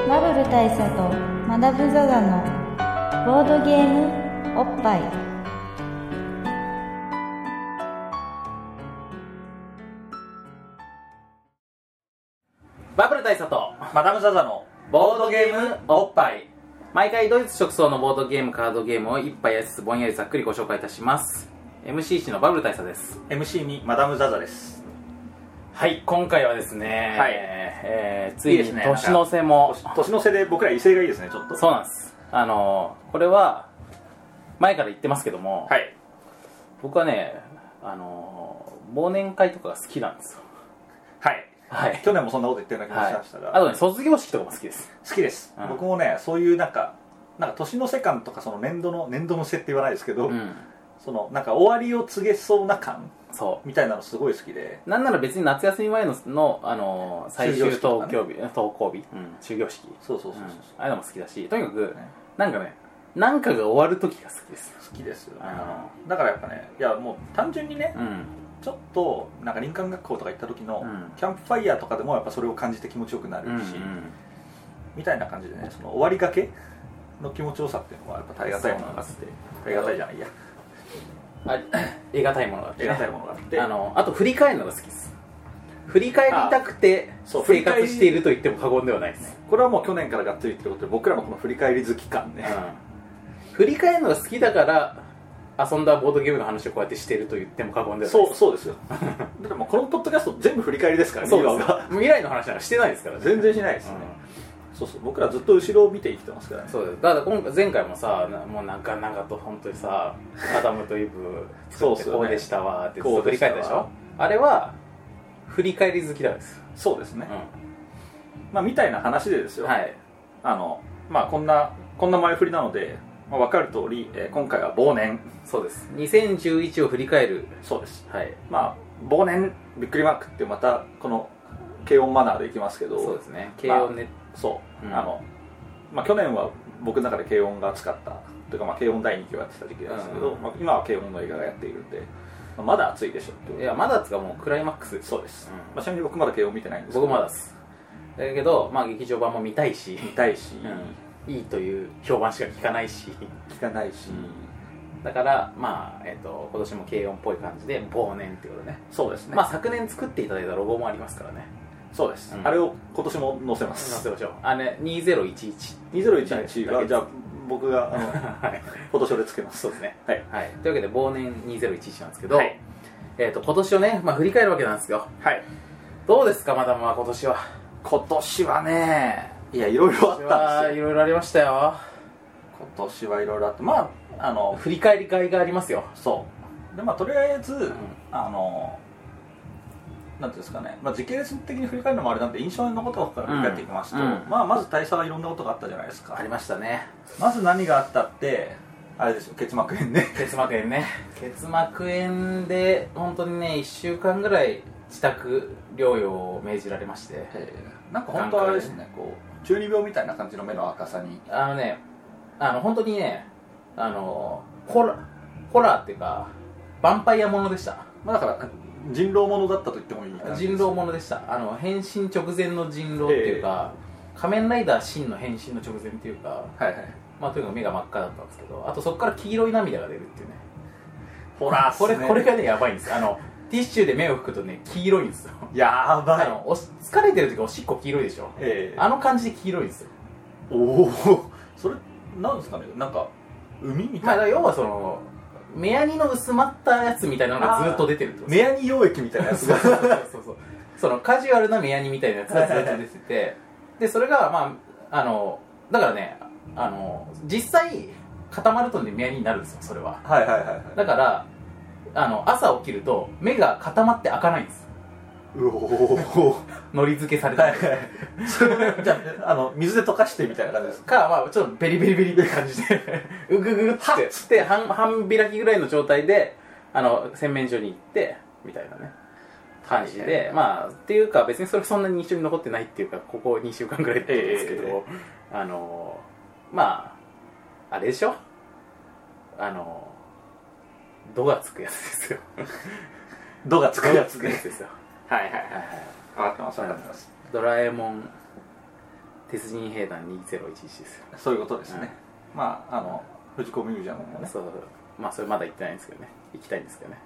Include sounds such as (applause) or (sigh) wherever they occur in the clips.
大佐とマダム・ザ・ザのボードゲームおっぱいバブル大佐とマダム・ザ・ザのボードゲームおっぱい毎回ドイツ直送のボードゲームカードゲームを一杯やりつつぼんやりざっくりご紹介いたします MCC のバブル大佐です MC にマダム・ザ・ザですはい今回はですね、はいえーついいいでにすね年の瀬も年年の瀬で僕ら威勢がいいですねちょっとそうなんですあのーこれは前から言ってますけども、はい僕はねあのー忘年会とかが好きなんですよはいはい去年もそんなこと言ってるような気がはしいましたが、あとね卒業式とかも好きです好きです、うん僕もねそういうなんかなんか年の瀬感とかその年度の年度の瀬って言わないですけど、うんそのなんか終わりを告げそうな感そうみたいなのすごい好きでなんなら別に夏休み前のの、あのー最終終業式とか登校ね日、登校日、うん、終業式、そうそううそんうそう、ああいうのも好きだしとにかくねなんかねなんかが終わる時が好きです好きですよねあだからやっぱねいやもう単純にねうんちょっとなんか林間学校とか行った時のうんキャンプファイヤーとかでもやっぱそれを感じて気持ちよくなるうん、し、みたいな感じでねその終わりがけの気持ちよさっていうのはやっぱ耐え難いものがあって耐え難いじゃないいやあ (coughs) 得難いものがあって耐え難いものがあってあのあと振り返るのが好きです振り返りたくてそう生活していると言っても過言ではないです、これはもう去年からがっつりってことで僕らもこの振り返り好き感うね、ん、振り返るのが好きだから遊んだボードゲームの話をこうやってしていると言っても過言ではないそうですそうですよだってもうこのポッドキャスト全部振り返りですからねそうで今すは未来の話なんかしてないですからね全然しないですね、そうそう僕らずっと後ろを見て生きてますからねそうですだから今回前回もさなもうなんかなんかと本当にさアダムとイブそ作っうってすよねこうでしたわーってずっことう振でりした返わったでしょあれは振り返り好きなんですよ、そうですね、うまあみたいな話でですん、よ、はいあのまあこんなこんな前振りなので、まあ、分かる通り、えー今回は忘年そうです2011を振り返るそうですはいまあ忘年びっくりマークってまたこの軽音マナーでいきますけどそうですね慶応ね、そう、うんあのまあ、去年は僕の中で軽音が熱かったというか、まあ、軽音第2期をやってた時期なんですけど、うんまあ、今は軽音の映画がやっているんで、まあ、まだ熱いでしょっていやまだっつうかもうクライマックスですそうです、うんまあ、ちなみに僕まだ軽音見てないんですけど僕まだっすだけどまあ劇場版も見たいし、見たいし、いいという評判しか聞かないし聞かないし、だからまあえっ、と今年も慶応っぽい感じで忘年ってことねそうですね、まあ昨年作っていただいたロゴもありますからねそうです、うんあれを今年も載せま載すせましょうあれ2011 2011はじゃあ僕が (laughs) あのはいフォトショーでつけますそうですねはいはいというわけで忘年2011なんですけど、はいえー、と今年をね、まあ、振り返るわけなんですよはいどうですかマダムは今年は今年はねいやいろいろあったんですいよろいろありましたよ今年はいろいろあってまああの振り返りがいがありますよそうでまあとりあえず、あのなんていうんですかね、まあ、時系列的に振り返るのもあれなんで印象のことから振り返っていきますと、うんうんまあ、まず大佐はいろんなことがあったじゃないですかありましたねまず何があったってあれですよ結膜炎ね結膜炎ね (laughs) 結膜炎で本当にね1週間ぐらい自宅療養を命じられましてなんか本当あれですねこう中二病みたいな感じの目の赤さにあのねあの本当にねあのホラホラーっていうかヴァンパイアものでしたまあだから人狼ものだったと言ってもいい感じ人です狼ものでしたあの変身直前の人狼っていうか、仮面ライダーシンの変身の直前っていうかはいはいまあとにかく目が真っ赤だったんですけどあとそこから黄色い涙が出るっていうねほらこれこれがねやばいんですあのティッシュで目を拭くとね黄色いんですよやばあいのおし疲れてる時おしっこ黄色いでしょええあの感じで黄色いんですよおおそれなんですかねなんか海みまたあいだから要な、はその目やにの薄まったやつみたいなのがずっと出てるってこと目やに溶液みたいなやつそうがそうそうそうそのカジュアルな目やにみたいなやつがずっと出ててでそれがまああのだからねあの実際固まるとね目やにになるんですよそれははいはいはいはいだからあの朝起きると目が固まって開かないんですうおのり付けされはたいはいそれじゃああの水で溶かしてみたいな感じですか、まあ、ちょっとベリベリベリって感じで (laughs) うぐぐぐってつって半半開きぐらいの状態であの洗面所に行ってみたいなね感じはいでまあっていうか別にそれそんなに印象に残ってないっていうかここ2週間ぐらいだったんですけど、ええあのまああれでしょあの「度」がつくやつですよ「ど」が「つく度」がやつ (laughs) つくやねつですよはいはいはいはい分かってます分かってますドラえもん鉄人兵団2011ですよそういうことですね、まああの藤子ミュージアムもねそうまあそれまだ行ってないんですけどね行きたいんですけどね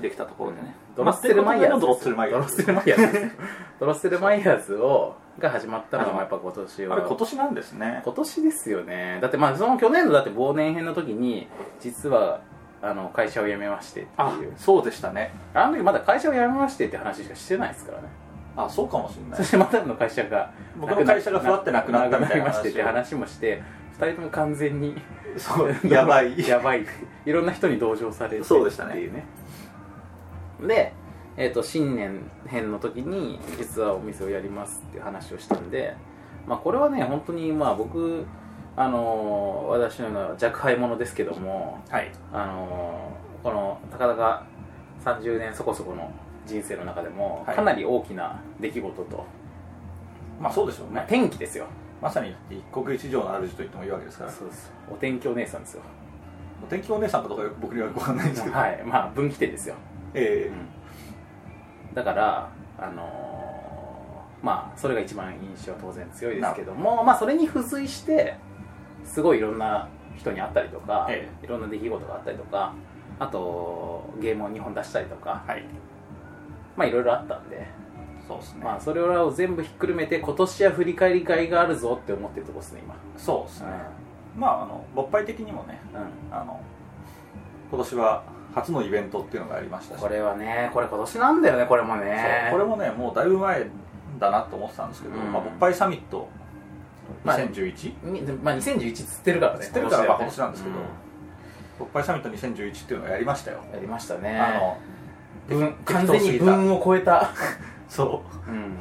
できたところでね、ドロッセルマイヤーズドロッセルマイヤードズロッセルマイヤーズですドロッセルマイヤーズをが始まったのもやっぱ今年はあれ今年なんですね今年ですよねだってまあその去年のだって忘年編の時に実はあの会社を辞めましてってあいうそうでしたねあの時まだ会社を辞めましてって話しかしてないですからねあそうかもしれなそいしてまたの会社が僕の会社がふわってなくなったみたいな話くりましをてって話もして2人とも完全に (laughs) (laughs) そうやばいやばいいろんな人に同情されてそうでしたねっていうねで、えー、と新年編の時に実はお店をやりますっていう話をしたんで、まあ、これはね本当にまあ僕あのー私のような若輩者ですけども (laughs) はいあのーこのたかだか30年そこそこの人生の中でもはいかなり大きな出来事と、まあそうでしょうまあ、ね天気ですよまさに一国一城の主と言ってもいいわけですからそうですお天気お姉さん (laughs) ですよお天気お姉さんかとか僕にはよくわかんないんですけど、はいまあ分岐点ですよえだからあのーまあそれが一番印象は当然強いですけどもまあそれに付随してすごいいろんな人に会ったりとか、えいろんな出来事があったりとかあとゲームを2本出したりとかーはいまあいろいろあったんで、そうですね、まあそれらを全部ひっくるめて今年は振り返りがいがあるぞって思ってるとこですね今そうですね、まああの勃発的にもねうん、あの今年は初のイベントっていうのがありましたしこれはねこれ今年なんだよねこれもねそうこれもねもうだいぶ前だなと思ってたんですけど、うんまあ、勃発サミットまあ2011、みまあ2011つってるからねつってるからまあ今年なんですけど、う勃発サミット2011っていうのをやりましたよ、んやりましたねあの分適完全に分を超えた、そううん、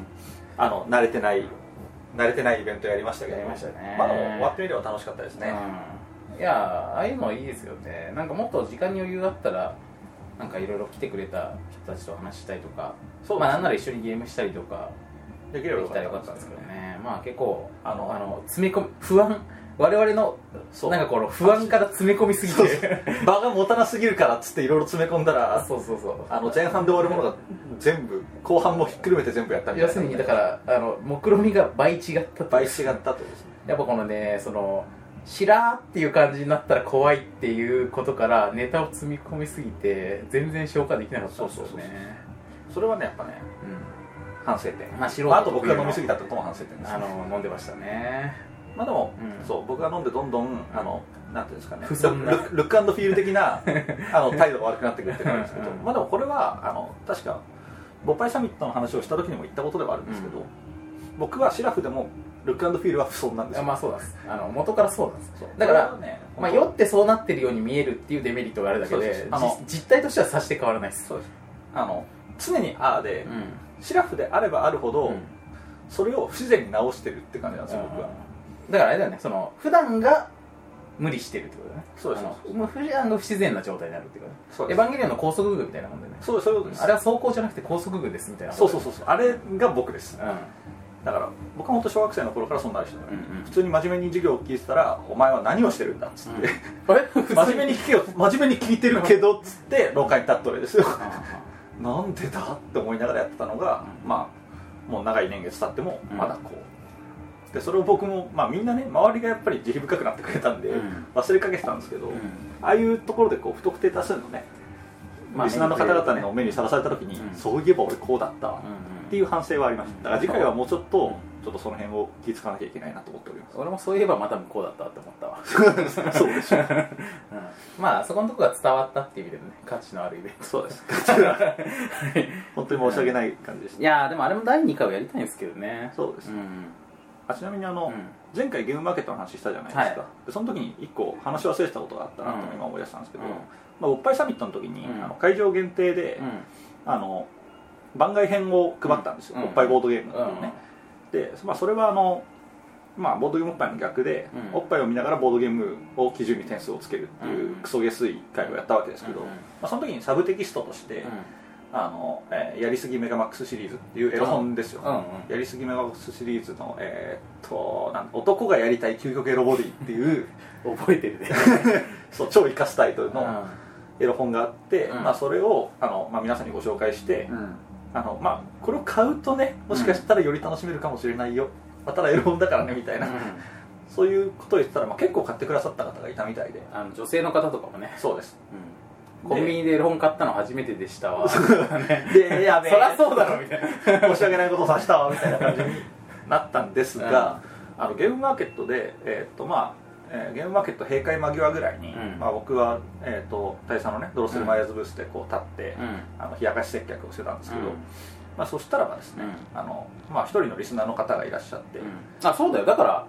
あの慣れてない慣れてないイベントやりましたけどやりましたねまあでも終わってみれば楽しかったですね、うん、いやああいうのはいいですよねなんかもっと時間に余裕あったらなんかいろいろ来てくれた人たちと話したりとかそうですねまあなんなら一緒にゲームしたりとかできでればきたらよかったんですけどねまあ結構ああののあの詰め込み不安我々のそうなんかこの不安から詰め込みすぎそうて場が持たなすぎるからっつっていろいろ詰め込んだらそうそうそう (laughs) あの前半で終わるものが全部後半もひっくるめて全部やったみたい要なするにだからあの目論見みが倍違ったと倍いう違ったとですねやっぱこのねそのしらーっていう感じになったら怖いっていうことからネタを積み込みすぎて全然消化できなかったんですよそうそうそうねそれはねやっぱねうん反省点まあ素人まあ、あと僕が飲みすぎたってことも反省点です、ねあ、の飲んでましたねまあでも、うんそう僕が飲んでどんどんあのなんていうんですかね不遜なルルルックフィール (laughs) 的なあの態度が悪くなってくるっていうのがあるんですけどうんうんまあでもこれはあの確か勃発サミットの話をした時にも言ったことではあるんですけど、うん僕はシラフでもルックフィールは不遜なんですよ、まあそうなんですあの元からそうなんですそうだからこれはねまあ、酔本ってそうなってるように見えるっていうデメリットがあるだけそうでそうそうあのじ実態としてはさして変わらないですそうです当あの常にああで、んシラフであればあるほど、うんそれを不自然に直してるって感じなんですよ、僕はだからあれだよねその普段が無理してるってことだねそうですあのもう普段が不自然な状態になるってことだねそうエでヴァすンゲリオンの高速具みたいなもんでねそうそういうことですあれは走行じゃなくて高速具ですみたいなそうそううそうそうあれが僕でうすんだから僕は本当小学生の頃からそんな人だ、うんうん普通に真面目に授業を聞いてたら「お前は何をしてるんだ」っつって、あれ (laughs) 真面目に聞けよ真面目に聞いてるけど」っつって廊下に立った俺ですよなんでだって思いながらやってたのが、うんまあもう長い年月経ってもうんまだこう、でそれを僕も、まあ、みんなね周りがやっぱり慈悲深くなってくれたんで、うん忘れかけてたんですけど、うんああいうところでこう不特定多数のね、まあリスナーの方々の目にさらされた時に、うんそういえば俺こうだったわ、うんうんっていう反省はありましただから次回はもうちょっとちょっとその辺を気づかなきゃいけないなと思っておりま俺もそういえばまた向こうだったって思ったわ、すそうでしょうん、まあそこのとこが伝わったっていう意味でもね価値のあるイベンそうです (laughs) 本当に申し訳ない感じでしト (laughs) た、いやーでもあれも第2回をやりたいんですけどねそうです、んあちなみにあうの、ん前回ゲームマーケットの話したじゃないですか、はでその時に一個話し忘れてたことがあったなうとん今思い出したんですけど、うんまあ、おっぱいサミットの時に、うんあの会場限定で、あの番外編を配ったんですよ、うんおっぱいボードゲームっていううのんね、で、まあ、それはあの、まあ、ボードゲームおっぱいの逆で、うんおっぱいを見ながらボードゲームを基準に点数をつけるっていううんクソゲスい回をやったわけですけど、うんうんまあ、その時にサブテキストとして「あのえーやりすぎメガマックス」シリーズっていうエロ本ですよ、うんうんやりすぎメガマックスシリーズの、えーっとなん男がやりたい究極エロボディっていううん覚えてるね、そう超生かすタイトルうのエロ本があって、うんまあ、それをあの、まあ、皆さんにご紹介して、ん、あのまあ、これを買うとねもしかしたらより楽しめるかもしれないよ、またらエロ本だからねみたいな、うんそういうことを言ってたら、まあ、結構買ってくださった方がいたみたいであの女性の方とかもね、そう (laughs) ですうん、コンビニで本買ったの初めてでしたわ、ね、 (laughs) でやべえそりゃそうだろみたいな (laughs) 申し訳ないことをさせたわみたいな感じになったんですが、あのゲームマーケットで、えーっとまあえーゲームマーケット閉会間際ぐらいに、うんまあ、僕は、えーっと大佐のねドロッセルマイヤーズブースでこう立って、うんあの冷やかし接客をしてたんですけど、うんまあ、そしたらばですね、うあのまあ、一人のリスナーの方がいらっしゃってうんあそうだよだから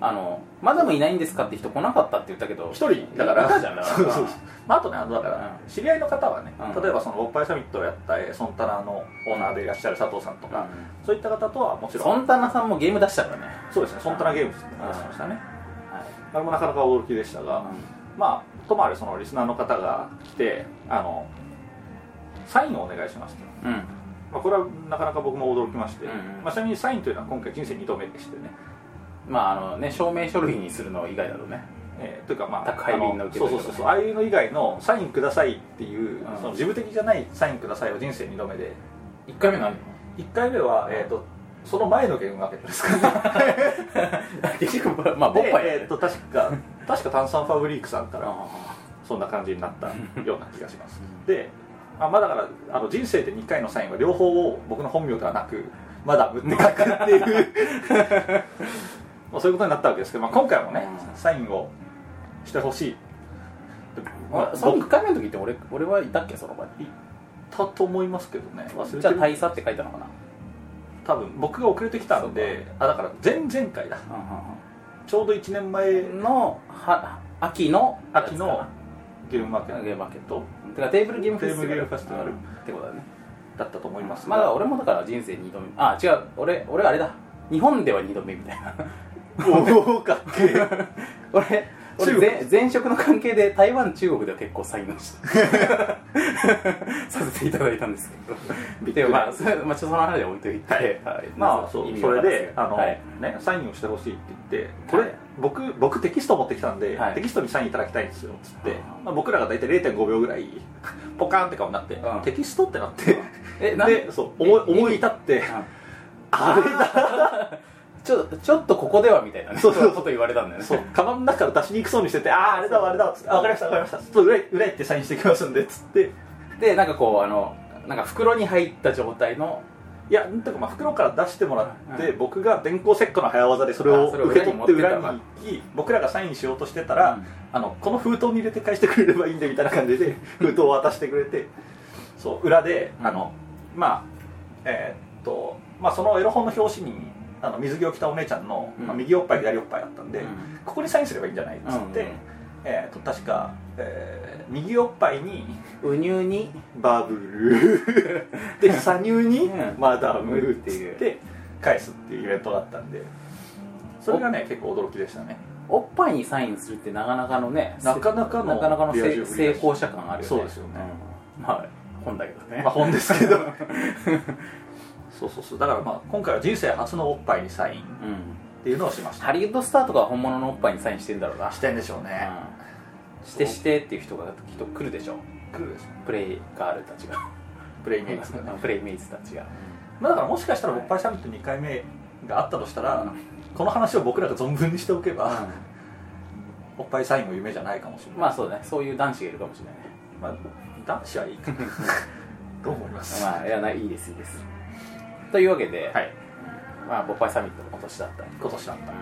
あのマダムいないんですかって人来なかったって言ったけど一、人だからいたじゃん (laughs) だから (laughs) そうそうそうまあ、あとねあのだから、うん知り合いの方はね、うん例えばそのおっぱいサミットをやったえーソンタナのオーナーでいらっしゃる佐藤さんとか、うそういった方とはもちん、ろソんンタナさんもゲーム出したからね、そうですねソンタナゲームズって話しましたね、はあれもなかなか驚きでしたが、まあともあれそのリスナーの方が来てあのサインをお願いしますと、いうんまあ、これはなかなか僕も驚きまして、うんうんまあ、ちなみにサインというのは今回人生2度目でしてね、まああのね証明書類にするの以外だとねえーというかまあ宅配便の受けそう取りそうとかそうそうああいうの以外のサインくださいっていう、うんその事務的じゃないサインくださいは人生2度目で1回目何1回目は、えー、とその前のゲームマーケットですから (laughs) ね結局 (laughs) まあボでッパイ、えー、と確か確か炭酸ファブリークさんからあそんな感じになったような気がしますで、あまあ、だからあの人生で2回のサインは両方を僕の本名ではなくマダムって書くっていう (laughs) まあそういうことになったわけですけど、まあ、今回もねうんサインをしてほしいーあその1回目の時って俺俺はいたっけその場にたと思いますけどね忘れじゃあてる大佐って書いたのかな多分僕が遅れてきたんであだから前々回だちょうど1年前のは秋の秋のゲームマーケゲッームマーケットトてかテーブルゲームフェスティバテーブルゲールムフェスティバルうんってことだねだったと思いますまあだから俺もだから人生2度目あ違う俺俺あれだ日本では2度目みたいな (laughs) おおかっけえ俺俺中国前前職の関係で台湾中国では結構サインを (laughs) したさせていただいたんですけど (laughs) びっくりでもまあそれまあちょっとその話は置いといて、はいまあ、ずそう意味そはれであの、はいね、サインをしてほしいって言ってこれ、はい僕僕テキスト持ってきたんで、はいテキストにサインいただきたいんですよっつってあ、ーまあ、僕らが大体0.5秒ぐらい (laughs) ポカーンって顔になって、うんテキストってなってえなんでそう思いえ思い至ってうんあれだちょちょっとここではみたいなねそうそうこと言われたんだよねそうカバンの中から出しにくそうにしててあああれだわあれだわっつってあわかりましたわかりましたちょっと裏へ裏行ってサインしてきますんでっつってでなんかこうあのなんか袋に入った状態のいやなんとかまあ袋から出してもらって、う僕が電光石火の早技でそれあをそれを受け取って裏裏にに持っ行てき僕らがサインしようとしてたら、うんあのこの封筒に入れて返してくれればいいんでみたいな感じ (laughs) で封筒を渡してくれてそう裏でうんあの、まあえーっと、まあ、そのエロ本の表紙にあの水着を着たお姉ちゃんの、うんまあ、右おっぱい左おっぱいだったんで、うんここにサインすればいいんじゃないっつって、うんうんえーっと確か、えー右おっぱいにうにゅうにバブル (laughs) で左乳にうんマダムって言っっていて返すっていうイベントだったんでそれがね結構驚きでしたねおっぱいにサインするってなかなかのねなかなかのなかなかのせリア充ぶりだし成功者感あるよねそうですよねうんまあ本だけどね、まあ本ですけど (laughs) そうそうそうだからまあ今回は人生初のおっぱいにサインっうん、ていうのをしましたハリウッドスターとかは本物のおっぱいにサインしてんだろうな、してんでしょうねうん、してしてっていう人がきっと来るでしょ来るですねプレイガールたちがプレイメイクですねプレイメイツたちが、まあだからもしかしたらおっぱいサミット2回目があったとしたら、うんこの話を僕らが存分にしておけば、おっぱいサインも夢じゃないかもしれない、まあそうだねそういう男子がいるかもしれないねまあ、男子はいい (laughs) かなと思います、まあいやないいですいいですというわけで、はいまあボッパイサミットも今年だったり今年だった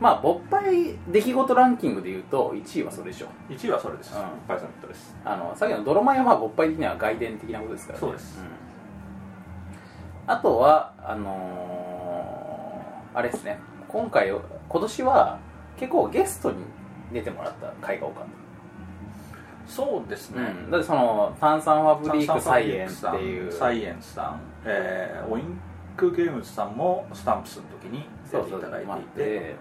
まあボッパイ出来事ランキングでいうと1位はそれでしょ1位はそれです、うんおっぱいサミットですあのさっきの泥米は勃発的には外伝的なことですから、ね、そうですんあとはあのーあれですね今回今年は結構ゲストに出てもらった回が多かっそうですた、うん、だってその炭酸ファブリークサイエンススっていうサイエンスさん、えー、オインクゲームズさんもスタンプスの時にそ出うていそうただい待っていてて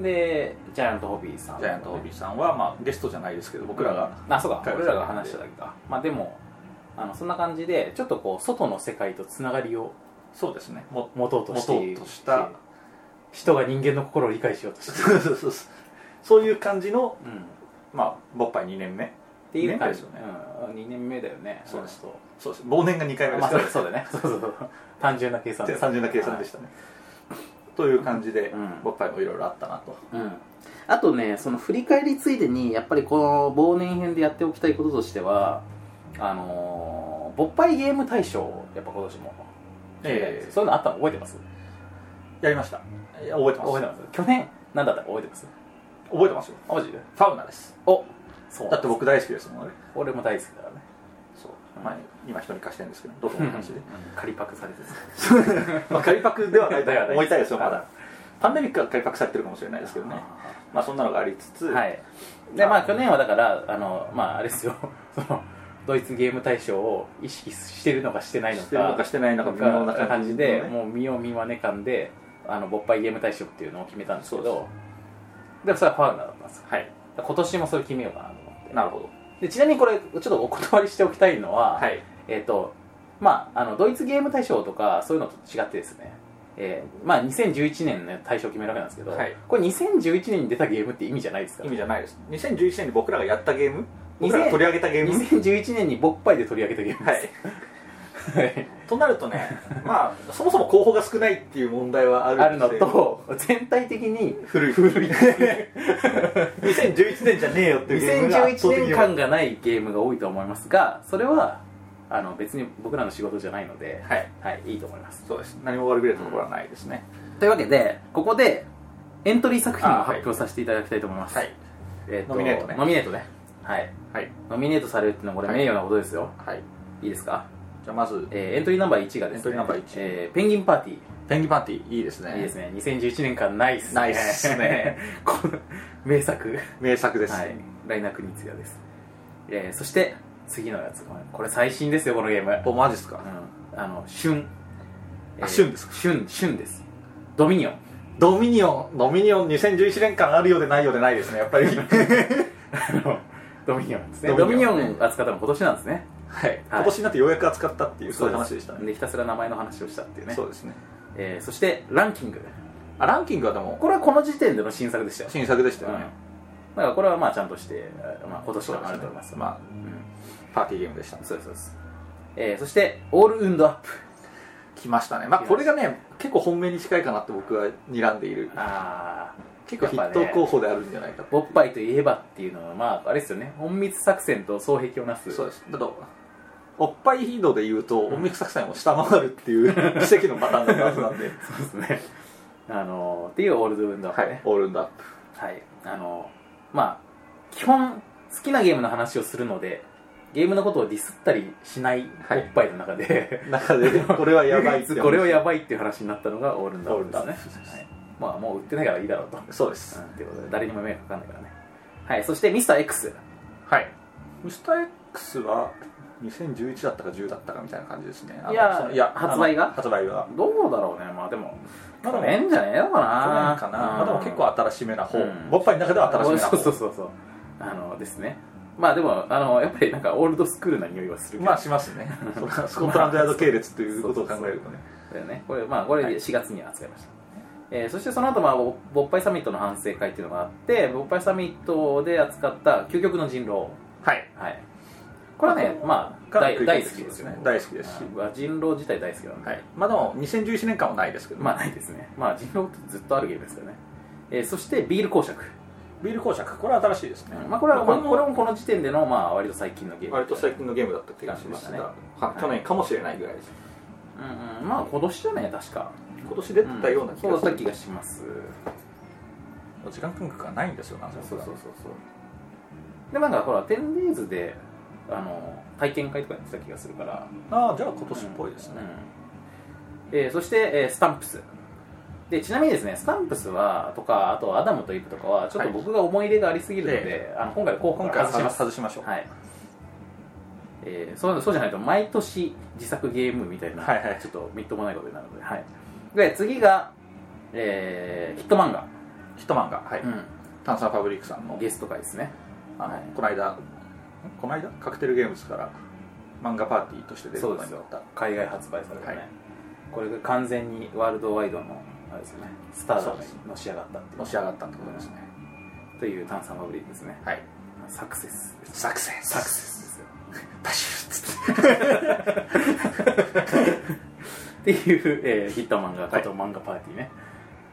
でジャイアントホビーさんジャイアント・オビーさんは、まあ、ゲストじゃないですけど僕らが、あそうか会話俺らが話しただけかまあでもあのそんな感じでちょっとこう外の世界とつながりをそうですねも持とうとしてい持るとうとした人が人間の心を理解しようとしている、そうそう (laughs) そうそういう感じの、うん、っまあ、ボッパイ2年目ていう感じ二年目ですよねうん、2年目だよねそうですとそうです忘年が2回目でまあすかそう (laughs) そら、うだねそうそうそう単純な計算単純な計算でしたたね、という感じで、うん僕らもいろいろあったなと、うん、あとねその振り返りついでにやっぱりこの忘年編でやっておきたいこととしてはあのー、勃発ゲーム大賞やっぱ今年も、ええそういうのあったの覚えてますやりましたいや覚えてます覚えてます去年何だったか覚えてます覚えてますよマジでファウナですおそうだって僕大好きですもんね俺も大好きだからねそうう、んまあ、今人に貸してるんですけどどこの話で仮パクされてまあ仮パクではない (laughs) とではない思いたいですよまだパンデミックは仮パクされてるかもしれないですけどねまあそんなのがありつつ、はいでまあ去年はだからあのまああれですよ (laughs) そのドイツゲーム大賞を意識してるのかしてないのしてるのかしてないのか微妙な感感じじで、のねもう見よう見まね感であの勃発ゲーム大賞っていうのを決めたんですけどでもそれはファウナーだったんですよはい今年もそれ決めようかなと思ってなるほどでちなみにこれちょっとお断りしておきたいのは、はいえっ、とまああのドイツゲーム大賞とかそういうのと違ってですねえーまあ、2011年の大賞を決めるわけなんですけど、はいこれ2011年に出たゲームって意味じゃないですから意味じゃないです2011年に僕らがやったゲーム僕らが取り上げたゲーム2011年に勃発で取り上げたゲームはでいす、はい、となると (laughs) ねまあそもそも候補が少ないっていう問題はあるあるんのでと全体的に古い古 (laughs) い2011年じゃねえよっていうゲームが圧倒的2011に年間がないゲームが多いと思いますがそれはあの別に僕らの仕事じゃないので、はいはい、いいと思いますそうです何も悪びれたところはないですね、というわけでここでエントリー作品をあはい発表させていただきたいと思います、はいえーとノミネートねノミネートねはいはいノミネートされるっていうのはこれはい名誉なことですよ、はいい、いですか、じゃあまずえーエントリーナンバー1がですねエントリーナンバー一えーペンギンパーティーペンギンパンティーいいですねいいですね2011年間ないっすねないっすね (laughs) この名作名作です、はいライナークニツヤです、えーそして次のやつこれ最新ですよこのゲームおマジっすかうんあの旬あ旬ですか旬旬ですドミニオン (laughs) ドミニオンドミニオン2011年間あるようでないようでないですねやっぱりあのドミニオンですねドドミミニニオオンン扱ったの今年なんですねはい今年になってようやく扱ったっていうそういう話でしたねでひたすら名前の話をしたっていうねそうですねえーそしてランキングあランキングはでもこれはこの時点での新作でしたよ新作でしたよね、うんだからこれはまあちゃんとして、まあ、今年そうかでらあするねと思いますまうんあパーティーゲームでしたそうですそうです、えーそしてオールウンドアップ来ましたねまあ来ましたこれがね結構本命に近いかなって僕は睨んでいるああ結構筆頭候補であるんじゃないかとボッパイといえばっていうのはまああれですよね隠密作戦と双璧をなすそうですだとおっぱい頻度で言うと、音楽作戦を下回るって (laughs) いう奇跡のパターンのはず (laughs) なんで、そうですね (laughs) あのーっていうオールドウンドアップねオールンダップはい、あのーまあ基本好きなゲームの話をするのでゲームのことをディスったりしないおはいっぱいの中で、中で (laughs) これはやばいっ唯て一これはやばいっていう話になったのがオールドアップオールドアッですねはいまあもう売ってないからいいだろうとそうですうんということで誰にも迷惑かかんないからねはいそしてミスター X はいミスター X は2011だったか10だったかみたいな感じですねあのいやその発売があの発売がどうだろうねまあでもま去あでも年じゃねえのかな去年かな、まあ、でも結構新しめな方、うんボッパイの中では新しめなそ方うそうそうそうあのですねまあでもあのやっぱりなんかオールドスクールな匂いはするけど、まあします (laughs) ねそれはスコットランドヤード系列ということを考えるとねだよねこれまあこれはい4月に扱いました、えーそしてその後まあぼ勃発サミットの反省会っていうのがあって勃発サミットで扱った究極の人狼はいはいこれはねまあかな大り大好きですよね大好きですし、あ人狼自体大好きなんで、はい、まあでも2011年間はないですけど、まあないですねまあ人狼ってずっとあるゲームですからね、えーそしてビール公爵、ビール公爵これは新しいですね、まあこれは、まあ、ここれもこの時点でのまあ割と最近のゲーム割と最近のゲームだった気がしますしねまはい去年かもしれないぐらいですうんうんまあ今年じゃね確か今年出てたような気そがうすだっる、た気がしますもう時間感覚がないんですよなそそうそうそうそうでなんかほら 10days であの体験会とかやってた気がするからああじゃあ今年っぽいですね、うんえーそして、えースタンプスでちなみにですねスタンプスはとかあとアダムとイブとかはちょっとはい僕が思い入れがありすぎるので、えあの今回は候補今か回ら外しまは外しす外しましょう、はいえーそうそうじゃないと毎年自作ゲームみたいな、はいはいちょっとみっともないことになるので、はい、で次が、えーヒット漫画、ヒットマンが、はい炭酸ファブリックさんのゲスト会ですねあの、はいこの間んこの間カクテルゲームズから漫画パーティーとして出ることになった海外発売されてね、はいこれが完全にワールドワイドのあれですよねスターダそうムでにすのし上がったっていうのし上がったってことですねという炭酸ファブリックですねはいサクセスサクセスサクセスですよパシュッつってっていう、えーヒット漫画こと漫画パーティーね、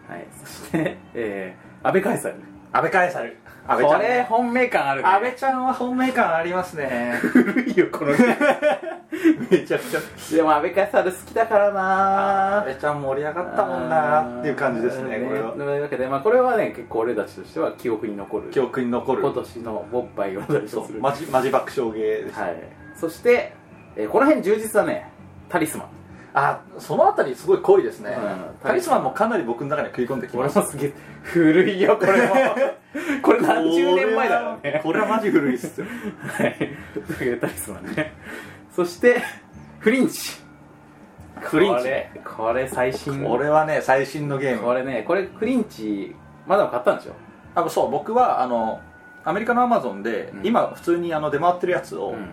はい、そして、えー、安倍カイサル安倍カエサル安倍ちこゃんれ本命感あるね安倍ちゃんは本命感ありますね古いよこの人 (laughs) めちゃくちゃでも安倍カイサル好きだからな安倍ちゃん盛り上がったもんなっていう感じですねこれはというわけで、まあ、これはね結構俺たちとしては記憶に残る記憶に残る今年の勃発を代表すそうるマジマジ爆笑芸です、はい、そして、えーこの辺充実だねタリスマンあそのあたりすごい濃いですね、うんカリスマもかなり僕の中に食い込んでき俺まもしたすげえ古いよこれ (laughs) もこれ何十年前だろうねこれはこれはマジ古いっすよはいというわけでタリスマンねそしてフリンチフリンチこれこれ最新これはね最新のゲームこれねこれフリンチまだ買ったんでしょあそう僕はあのアメリカのアマゾンで、うん今普通にあの出回ってるやつを、うん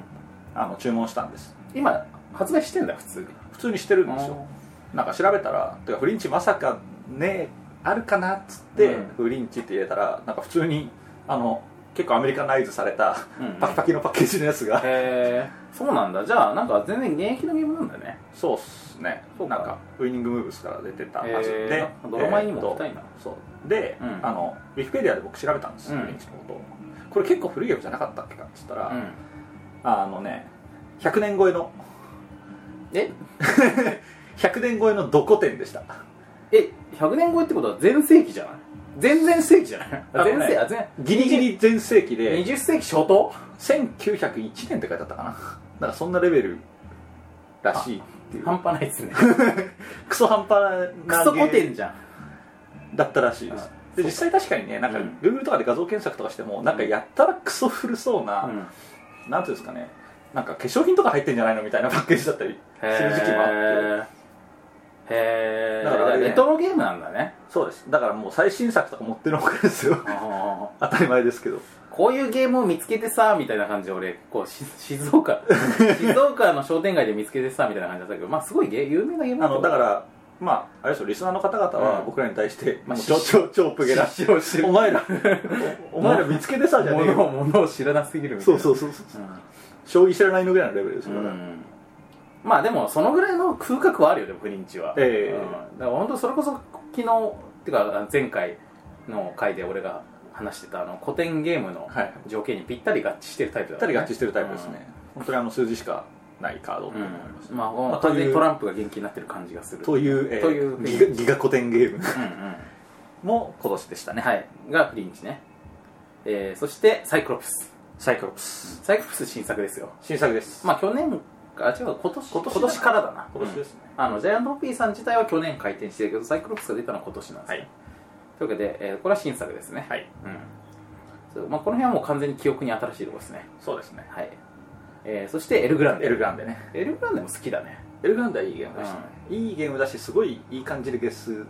あの注文したんです今発売してんだ普通に普通にしてるんですよなんか調べたらてかフリンチまさかねあるかなっつって、うんフリンチって入れたらなんか普通にあの結構アメリカナイズされた、うんパキパキのパッケージのやつが、へえそうなんだじゃあなんか全然現役のゲームなんだね (laughs) そうっすねそうかなんかウイニングムーブスから出てたはずへーでドロマインにも行きたいなえーっとそうで、うんあのウィキペディアで僕調べたんです、うんフリンチのことをこれ結構古いゲームじゃなかったっけかっつったら、うんあのね100年超えのえ100年超えのどこ店でしたえ100年超えってことは全盛期じゃない全然世紀じゃないあのね全盛あ全ギリギリ全盛期で20世紀初頭1901年って書いてあったかななんかそんなレベルらしいっていう半端ないっすねクソ半端クなソゲ古ー典じゃんだったらしいですあで実際確かにねなんかうん Google とかで画像検索とかしてもなんかやったらクソ古そうな、うんなんていうんですかねなんか化粧品とか入ってんじゃないのみたいなパッケージだったりする時期もあってへえだからあれねレトロゲームなんだねそうですだからもう最新作とか持ってるほかですよ当たり前ですけどこういうゲームを見つけてさみたいな感じで俺こうし静 (laughs) 岡静岡の商店街で見つけてさみたいな感じだったけどまあすごいゲ有名なゲームあんのだからまああれですよリスナーの方々はうん僕らに対して「まあもうちょちょちょプゲ (laughs) ラ失笑してるお前らおお前ら見つけてさ」じゃねえ物をよ物を知らなすぎるみたいそうなそううそうそううん将棋知らないのぐらいのレベルですよ、うんまあでもそのぐらいの空格はあるよねフリンチはええうんだから本当それこそ昨日っていうか前回の回で俺が話してたあの古典ゲームのはい条件にぴったり合致してるタイプぴだっかたらりね合致してるタイプですね、本当にあの数字しかないカードだとう思います、んままああ完全といにうトランプが元気になってる感じがするという,、えーというギガギガ古典ゲーうムんうんも今年でしたね、はいがフリンチねえーそしてサイクロプスサイクロプスサイクロプス新作ですよ新作です、まあ去年かあ違う今年今年からだな今年うんですね、あのジャイアントホッピーさん自体は去年開店してるけどサイクロプスが出たのは今年なんですね、はいというわけで、えーこれは新作ですね、はいうんそうまあ、この辺はもう完全に記憶に新しいところですね、そうですねはいえーそしてエルグランデエルグランデねエルグランデも好きだねエルグランデはいいゲームでしたね、いいゲームだしすごいいい感じでゲス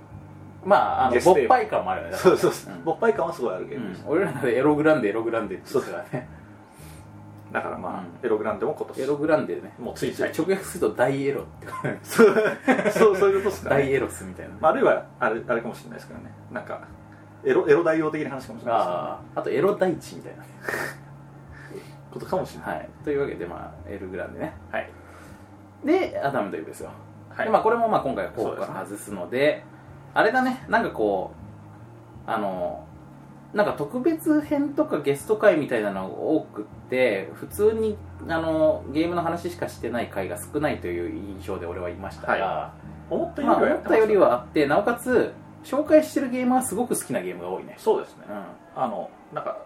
まああのゲステーブ勃発感もあるよねだかそらうそうそううん勃発感はすごいあるゲームでした、俺らの中でエログランデエログランデって言ってたからねだからまあ、うんエログランデも今年エログランデねもうつい (laughs) 最近直訳すると大エロって感じそうそうそういうことですか、大ねエロスみたいな、まあ、あるいはあれあれかもしれないですけどねなんかエロエロ大王的な話かもしれないですねあああとエロ大地みたいなことかもしれないはいというわけでまあエルグランデねはい、でアダムとイブですよはいでまあ、これもまあ今回は効果外すのであれだねなんかこうあのなんか特別編とかゲスト会みたいなのが多くって普通にあのゲームの話しかしてない回が少ないという印象で俺はいましたが、は思ったよまあ、りはや思っってまたすよりはあってなおかつ紹介してるゲームはすごく好きなゲームが多いね、そうですねうんあのなんか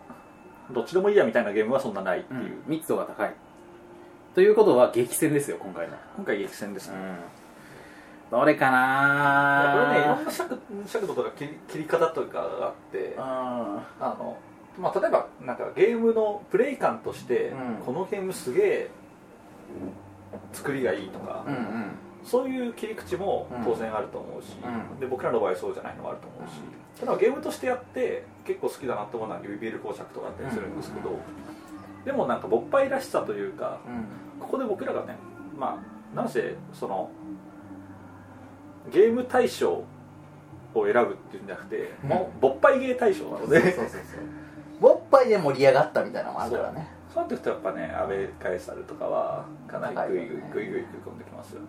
どっちでもいいやみたいなゲームはそんなないっていう、密度が高いということは激戦ですよ今回の、今回激戦ですね、どれかこなれねいろんな尺尺度とか切り切り方とかがあってあうんの、まあ、例えばなんかゲームのプレイ感として、うんこのゲームすげえ作りがいいとか、うんうんそういう切り口もうん当然あると思うし、うんで僕らの場合そうじゃないのもあると思うし、ただゲームとしてやって結構好きだなと思うのは指ビール工作とかあったりするんですけど、でもなんか勃発らしさというかここで僕らがねまあなんせそのゲーム大賞を選ぶっていうんじゃなくて、うんもう勃発芸大賞なのでそうそうそうそうおっぱいで盛り上がったみたいなのもあるからねそうなってくるとやっぱね安倍カエサルとかはかなりグ高イグイいよねグイグイ食い込んできますよね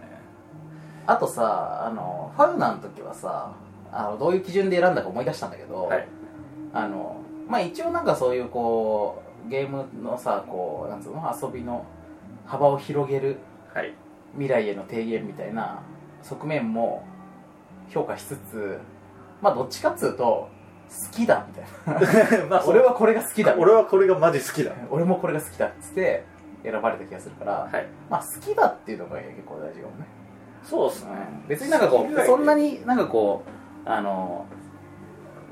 あとさあのファウナの時はさあのどういう基準で選んだか思い出したんだけど、はいあのまあ一応なんかそういうこうゲームのさこうなんつうの遊びの幅を広げる (laughs) はい未来への提言みたいな側面も評価しつつまあどっちかっつうと好きだみたいなまあそ俺れははこれが好きだ俺はこれがマジ好きだ俺もこれが好きだっつって選ばれた気がするから、はいまあ好きだっていうのが結構大事かもねそうですね別になんかこ好き以う外そんなになんかこうあの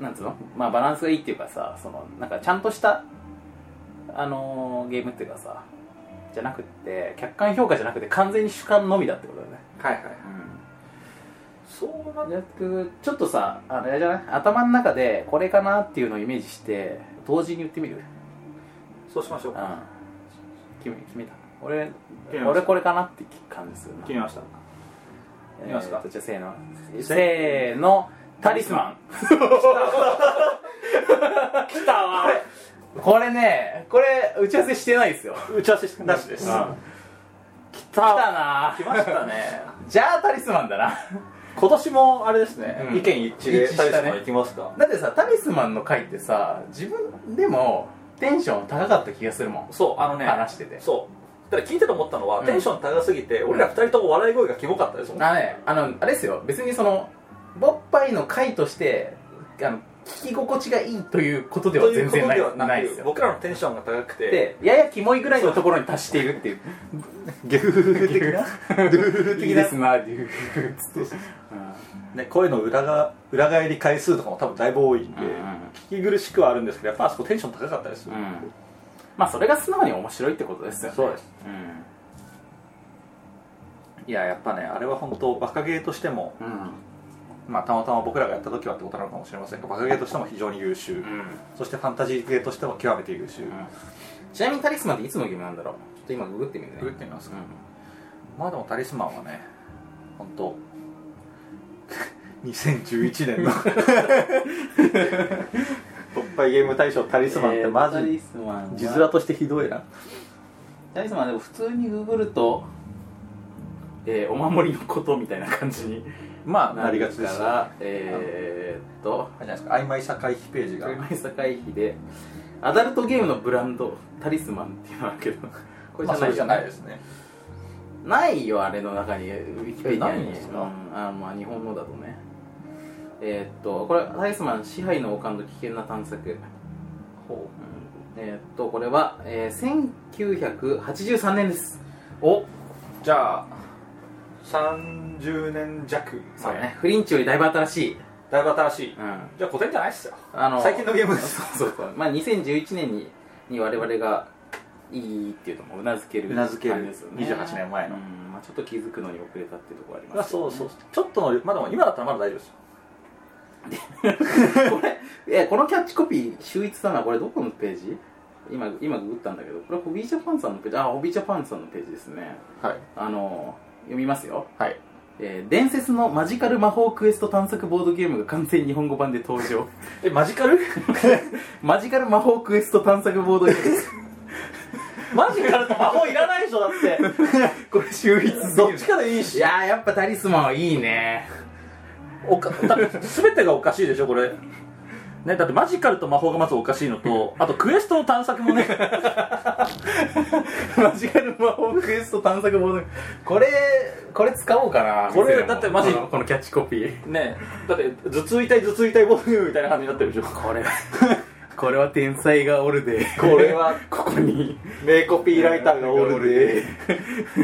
なんつうのまあバランスがいいっていうかさそのなんかちゃんとしたあのゲームっていうかさじゃなくって客観評価じゃなくて完全に主観のみだってことだよねはいはいそうなんじゃなくちょっとさあれじゃない頭の中でこれかなっていうのをイメージして同時に言ってみるそうしましょうか決め決めた俺決めました俺これかなって感じするな決めましたえいきますかーとじゃあせーのせーのタリスマン来たわこれねこれ打ち合わせしてないですよ打ち合わせなしです来来たな来ましたねじゃあタリスマンだな (laughs) 今年もあれですね、うん意見一致で一致したね大将いきますかだってさタリスマンの回ってさ自分でもテンション高かった気がするもんそうあのね話しててそうだから聞いてて思ったのは、うんテンション高すぎて俺ら二人とも笑い声がキモかったですもん、あのねあのあれですよ別にそのボッパイの回としてあの聞き心地がいいということではとい全うこと然ないではなくないですよ僕らのテンションが高くてでややキモいぐらいのところに達しているっていうゲフフフ的なドゥフフフいい的ですな、なリューっつって (laughs) ね、声の裏が裏返り回数とかも多分だいぶ多いんで、うんうん聞き苦しくはあるんですけどやっぱあそこテンション高かったですうよ、んまあそれが素直に面白いってことですよねそうですうんいややっぱねあれは本当バカゲーとしても、うんまあ、たまたま僕らがやった時はってことなのかもしれませんがバカゲーとしても非常に優秀、うんそしてファンタジーゲーとしても極めて優秀、ちなみにタリスマンっていつのゲームなんだろうちょっと今ググってみるねググってみますかうまあでもタリスマンはね本当2011年の (laughs) トッパイゲーム大賞タリんスマンってマえータリジスマンは字面としてひどいなタリスマンはでも普通にググるとえーお守りのことみたいな感じにまあななりりががちちでですすよあがえーっとれじゃないですか曖昧さ回避ページが車椅子回避でアダルトゲームのブランドタリスマンっていうのあるけ (laughs) どこれまあじゃないそれじよゃないですねないよあれの中にウィキペディアにえないんですかうんあまあ日本のだとねえーっとこれタリスマン支配の王冠と危険な探索、うんほえーっとこれは、えー1983年ですおうじゃあ30年弱そうね、フリンチよりだいぶ新しい、だいぶ新しいうん、じゃあ古典じゃないっすよあの最近のゲームですそうそうそうまあ2011年にに我々がいいっていうのもうなずけるうなずける感じですよね28年前のうんまあ、ちょっと気づくのに遅れたっていうところありまあますそうそうちょっとのまあでも今だったらまだ大丈夫ですよこれえこのキャッチコピー秀逸だなこれどこのページ今今ググったんだけどこれホビージャパンさんのページあホビージャパンさんのページですねはいあの読みますよはいえー伝説のマジカル魔法クエスト探索ボードゲームが完全日本語版で登 (laughs) 場えマジカルマジカル魔法クエスト探索ボードゲームマジカルの魔法いらないでしょだ (laughs) ってこれ秀逸すぎどっるちかでいいいしやーやっぱタリスマンはいいねおかだって全てがおかしいでしょこれね、だってマジカルと魔法がまずおかしいのとあとクエストの探索もね (laughs) マジカル魔法クエスト探索ボードこれこれ使おうかなこれ店でもだってマジこのこのキャッチコピーねだって頭痛痛い頭痛痛いボールみたいな感じになってるでしょこれは (laughs) これは天才がおるでこれはここに名コピーライターがおるで (laughs)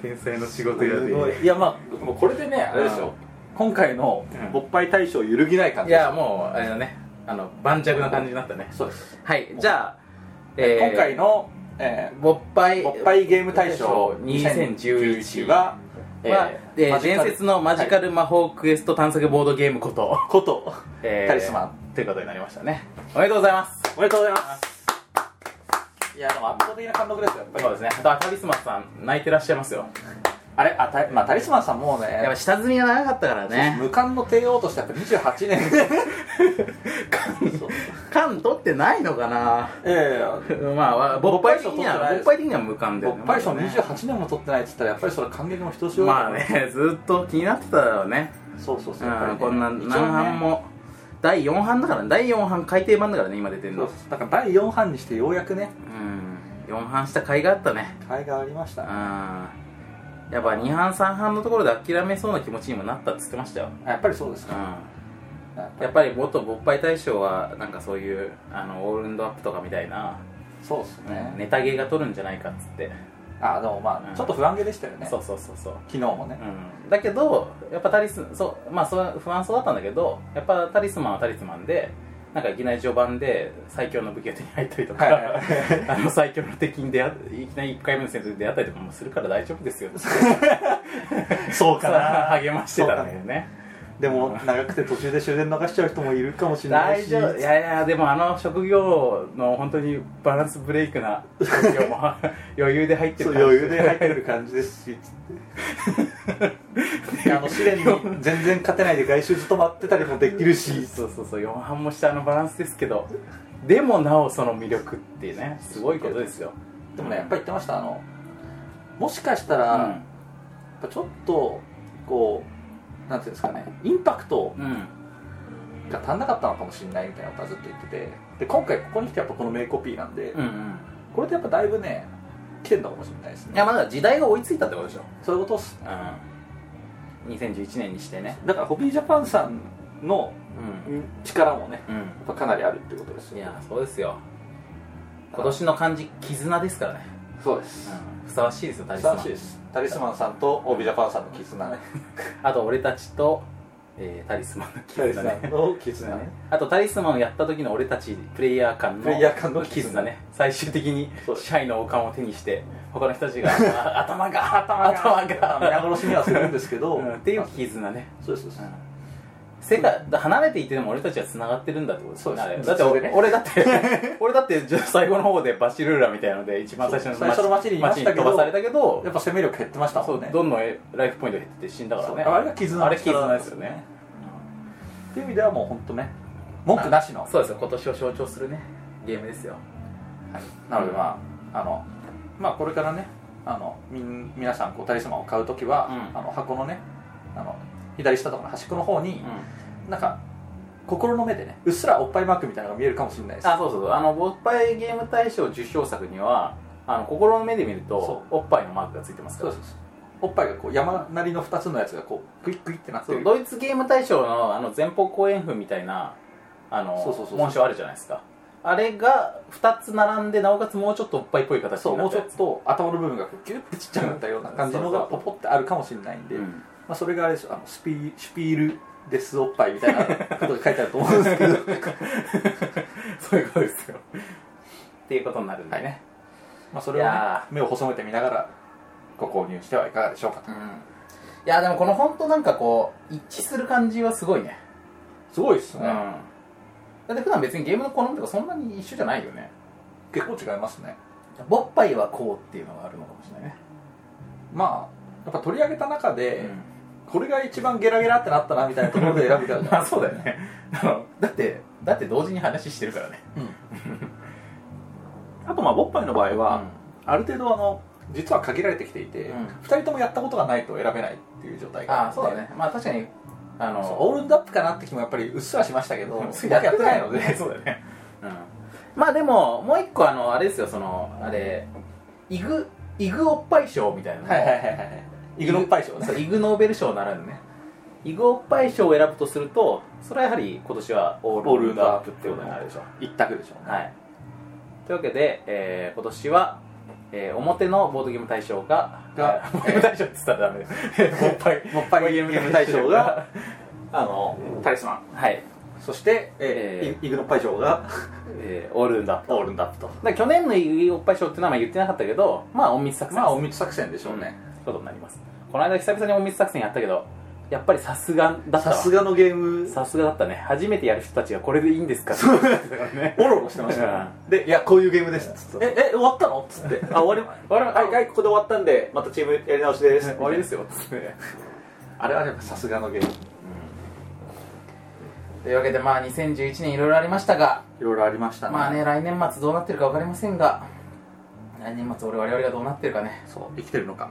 天才の仕事やすごでいいやまあもうこれでねあれですよ今回のうん勃発大賞揺るぎない感いじですやもうあれだねあの盤石な感じになったねそうです、はいじゃあ、今回の、え勃発ー、勃発ゲーム大賞2011 2011は、えはーえーマジカル伝説のマジカル魔法クエスト探索ボードゲームこと、こと、えータリスマンということになりましたねおめでとうございますおめでとうございますいやでも圧倒的な貫禄ですよやっぱりそうですねあとはタリスマンさん泣いてらっしゃいますよあれあた、まあ、タリスマンさんもうねやっぱ下積みが長かったからね無冠の帝王としてやっぱ28年 (laughs) そう缶取ってないのかな (laughs) いやいやまあわ勃発的に勃発賞取ってないはです勃発的には無冠だよ勃ね発賞28年も取ってないっつったらやっぱりそれ感激もひとしおだまあねずっと気になってただろうねそうそうそうやっぱうりねん、こんな一応ね何版も第4版だからね第4版改訂版だからね今出てんそうのそうだから第4版にしてようやくねうん4版した甲斐があったね替えがありましうたんねやっぱ2版3版のところで諦めそうな気持ちにもなったっつってましたよ、あやっぱりそうですうかんやっぱりやっぱり元勃発大賞はなんかそういうあのオールンドアップとかみたいな、そうですねネタゲーが取るんじゃないかっつって、あでもまうあんちょっと不安げでしたよねそう昨そうそうそう、日もねうん、だけどやっぱタリスそうまあそう不安そうだったんだけどやっぱタリスマンはタリスマンでなんかいきなり序盤で最強の武器が手に入ったりとか、はいはいはい (laughs) あの最強の敵に出会いきなり1回目の戦闘で出会ったりとかもするから大丈夫ですよってそうかな (laughs) 励ましてたんだよね (laughs) でも長くて途中で終電逃しちゃう人もいるかもしれない大し丈夫いやいやでもあの職業の本当にバランスブレイクな職業も (laughs) 余裕で入ってそるう感じ余裕で入ってくる感じですしあの試練に全然勝てないで外周ずっと待ってたりもできる (laughs) しそうそうそう4半もしたあのバランスですけどでもなおその魅力っていうねすごいことですよでもねやっぱり言ってましたあのもしかしたうら、やっんぱちょっとこうなんていうんですかねインパクトうんが足んなかったのかもしれないみたいなことはずっと言っててで今回ここに来てやっぱこの名コピーなんで、うんうんこれでやっぱだいぶね来てるのかもしれないですいねやまだ時代が追いついたってことでしょそういうことっすねうん2011年にしてねだからホビージャパンさんのう力もねんやっぱかなりあるってことですうんよいやそうですよ今年の漢字絆ですからね、そうです、うん、ふさわしいですよタタリリスマンスマンですタリスマンさんとオービージャパンさんの絆ねあと俺たちと、えータリスマンのタリス絆マねンの絆 (laughs) ねあとタリスマンをやった時の俺たちプレイヤー間のプレイヤー間の絆絆ね最終的にそう支配の王冠を手にして他の人たちがあ頭が頭皆が殺しにはするんですけど、うんっていう絆ね、そうですそうです、うん世界離れていてでも俺たちは繋がってるんだってことそうですねあれだ実っては俺,、ねだって (laughs) 俺だってじゃあ最後の方でバシルーラみたいので一番最初のそう最初の街にいましたけど飛ばされたけどやっぱ攻め力減ってましたそもんうねどんどんライフポイント減ってって死んだからねそうあれが絆の力あれ絆ですよねっていう意味ではもう本当ね文句なしのそうですよ今年を象徴するねゲームですよなのでまああのまあこれからねあのみん皆さんこうタリスマンを買うときは、うんあの箱のねあの左下とかの端っこの方に、なんか心の目でねうっすらおっぱいマークみたいなのが見えるかもしれないですあそうそうそうあの勃発ゲーム大賞受賞作にはあの心の目で見るとそおっぱいのマークがついてますかそうらそうそうおっぱいがこう山なりの2つのやつがこうクイックイってなってそるうドイツゲーム大賞のあの前方後円墳みたいなあのそうそうそうそう紋章あるじゃないですかあれが2つ並んでなおかつもうちょっとおっぱいっぽい形そうになもうってちょるっと頭の部分がこうキュッてちっちゃくなったような感じのがそポうそうそうポってあるかもしれないんで、うまんあ、それがあれでしょあのスピシュピールデスおっぱいみたいなことが書いてあると思うんです (laughs) けどそういうことですよっていうことになるんでね、まあそれを、ねいや、目を細めて見ながらご購入してはいかがでしょうかとい、うんいやでもこの本当なんかこう一致する感じはすごいねすごいっすうねん、だって普段別にゲームの好みとかそんなに一緒じゃないよね結構違いますねボッパイはこうっていうのがあるのかもしれないね、まあやっぱ取り上げた中で、これが一番ゲラゲラってなったなみたいなところで選ぶからじゃないですか (laughs) (laughs) まあそうだよねあのだってだって同時に話してるからねあとまあボッパイの場合は、うある程度あの実は限られてきていて、うん2人ともやったことがないと選べないっていう状態んあがあそうだねまあ確かにあそうのオールドアップかなって気もやっぱりうっすらしましたけどうん僕やってないのでそうだね (laughs) うんまあでももう一個あのあれですよそのあれイグイグおっぱい賞みたいなのをはいはいはいはいイグノッパイ賞ねそうイグノーベル賞ならぬねイグおっぱい賞を選ぶとするとそれはやはり今年はオールドアップってことになるでしょ一択でしょうねはい、というわけで、えー今年は、えー表のボードゲーム大賞ががえーボード (laughs) ゲーム大賞って言ったらダメですもっぱいもっぱいゲーム大 (laughs) 賞があのタリスマンはい、そして、えーイイグノッパイ賞 (laughs) がえーオールウンドアップオールドアップとだから去年のイグおっぱい賞っていうのはまあ言ってなかったけどまあ隠密作戦まあで隠密作戦でしすょうね、うんことになりますこの間久々に隠密作戦やったけどやっぱりさすがだったさわすがのゲームさすがだったね初めてやる人たちがこれでいいんです (laughs) かってそう言ってたからねオロオロしてましたよう (laughs) で「いやこういうゲームです」つってそうええ終わったの?」っつって (laughs) 「あ終わりま終わりまはいはいここで終わったんでまたチームやり直し (laughs) です」終わりですよっつってあれあればさすがのゲームというわけでまあ2011年いろいろありましたがいろいろありましたねまあね来年末どうなってるか分かりませんが来年末俺我々がどうなってるかねそう生きてるのかうん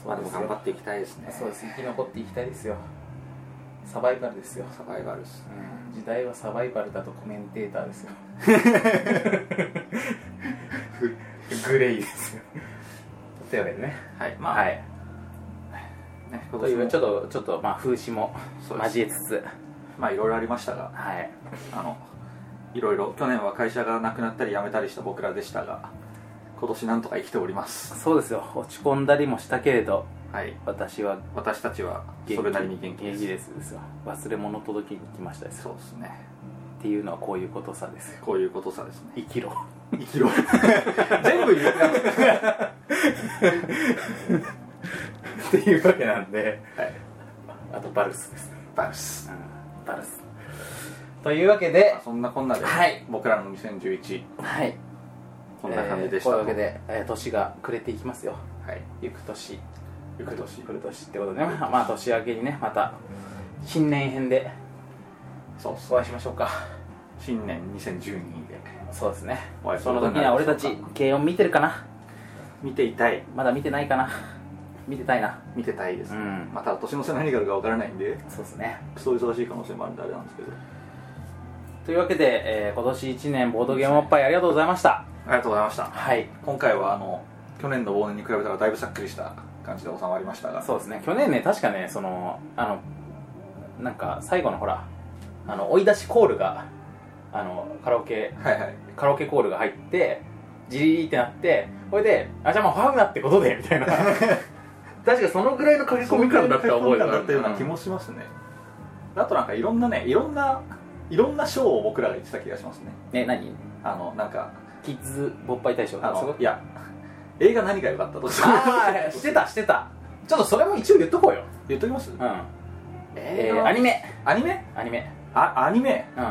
そまうあででもすよ頑張っていきたいですねそうです生き残っていきたいですよサバイバルですよ、サバイバルですねうん、時代はサバイバルだとコメンテーターですよグレイですよというわけでねはいまあ、はいね今と年いうもちょっとちょっとまあ風刺もそうです交えつつまあいろいろありましたがはいあのいろいろ去年は会社がなくなったり辞めたりした僕らでしたが今年なんとか生きておりますそうですよ落ち込んだりもしたけれどはい私は私たちは元気それなりに元気ですですですよ忘れ物届けに来ましたですよそうですねっていうのはこういうことさですよこういうことさですね生きろ生きろ (laughs) 全部言うなっていうわけなんではいあとバルスです、バスうん、バルスというわけでまあそんなこんなで、はい僕らの2011はいこんな感じでした、えーこういうわけで、えー年が暮れていきますよはいゆく年ゆく年来る年ってことでね (laughs) まあまあ年明けにねまた新年編でそうっすお会いしましょうか新年2012でそうですねお会いすそるのこと時にになるは俺たち軽音見てるかな見ていたいまだ見てないかな見てたいな見てたいでうす、んまた年の瀬何があるか分からないんでそうですねクソ忙しい可能性もあるんであれなんですけどというわけで、えー今年1年ボードゲームおっぱいありがとうございましたありがとうございましたはい今回はあの去年の忘年に比べたらだいぶさっくりした感じで収まりましたがそうですね去年ね確かねそのあのなんか最後のほらあの追い出しコールがあのカラオケはいはいカラオケコールが入ってジリリってなってこれであじゃあまあファウナってことでみ (laughs) たいな確かそのぐらいの駆け込み感だった覚えがあるだったような気もしますねあとなんかいろんなねいろんないろんな賞を僕らが言ってた気がしますねね何あのなんかキッズ勃発大賞ああのいや映画何が良かったとかあーしてたしてたちょっとそれも一応言っとこうよ言っときます、うんええー、アニメアニメアニメあアニメうん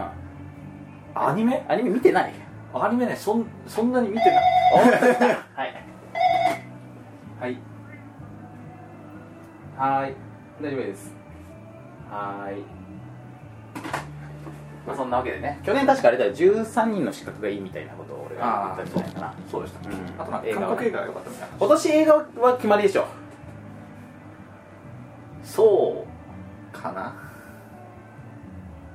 アニメアニメ見てないアニメねそんそんなに見てない (laughs) はいはいはーい大丈夫ですはーいまあそんなわけでね去年確かあれだよ13人の資格がいいみたいなことを俺が言ったんじゃないかなそうでした、うんあとなん映画はか韓国映画が良かったみたいな今年映画は決まりでしょそうかな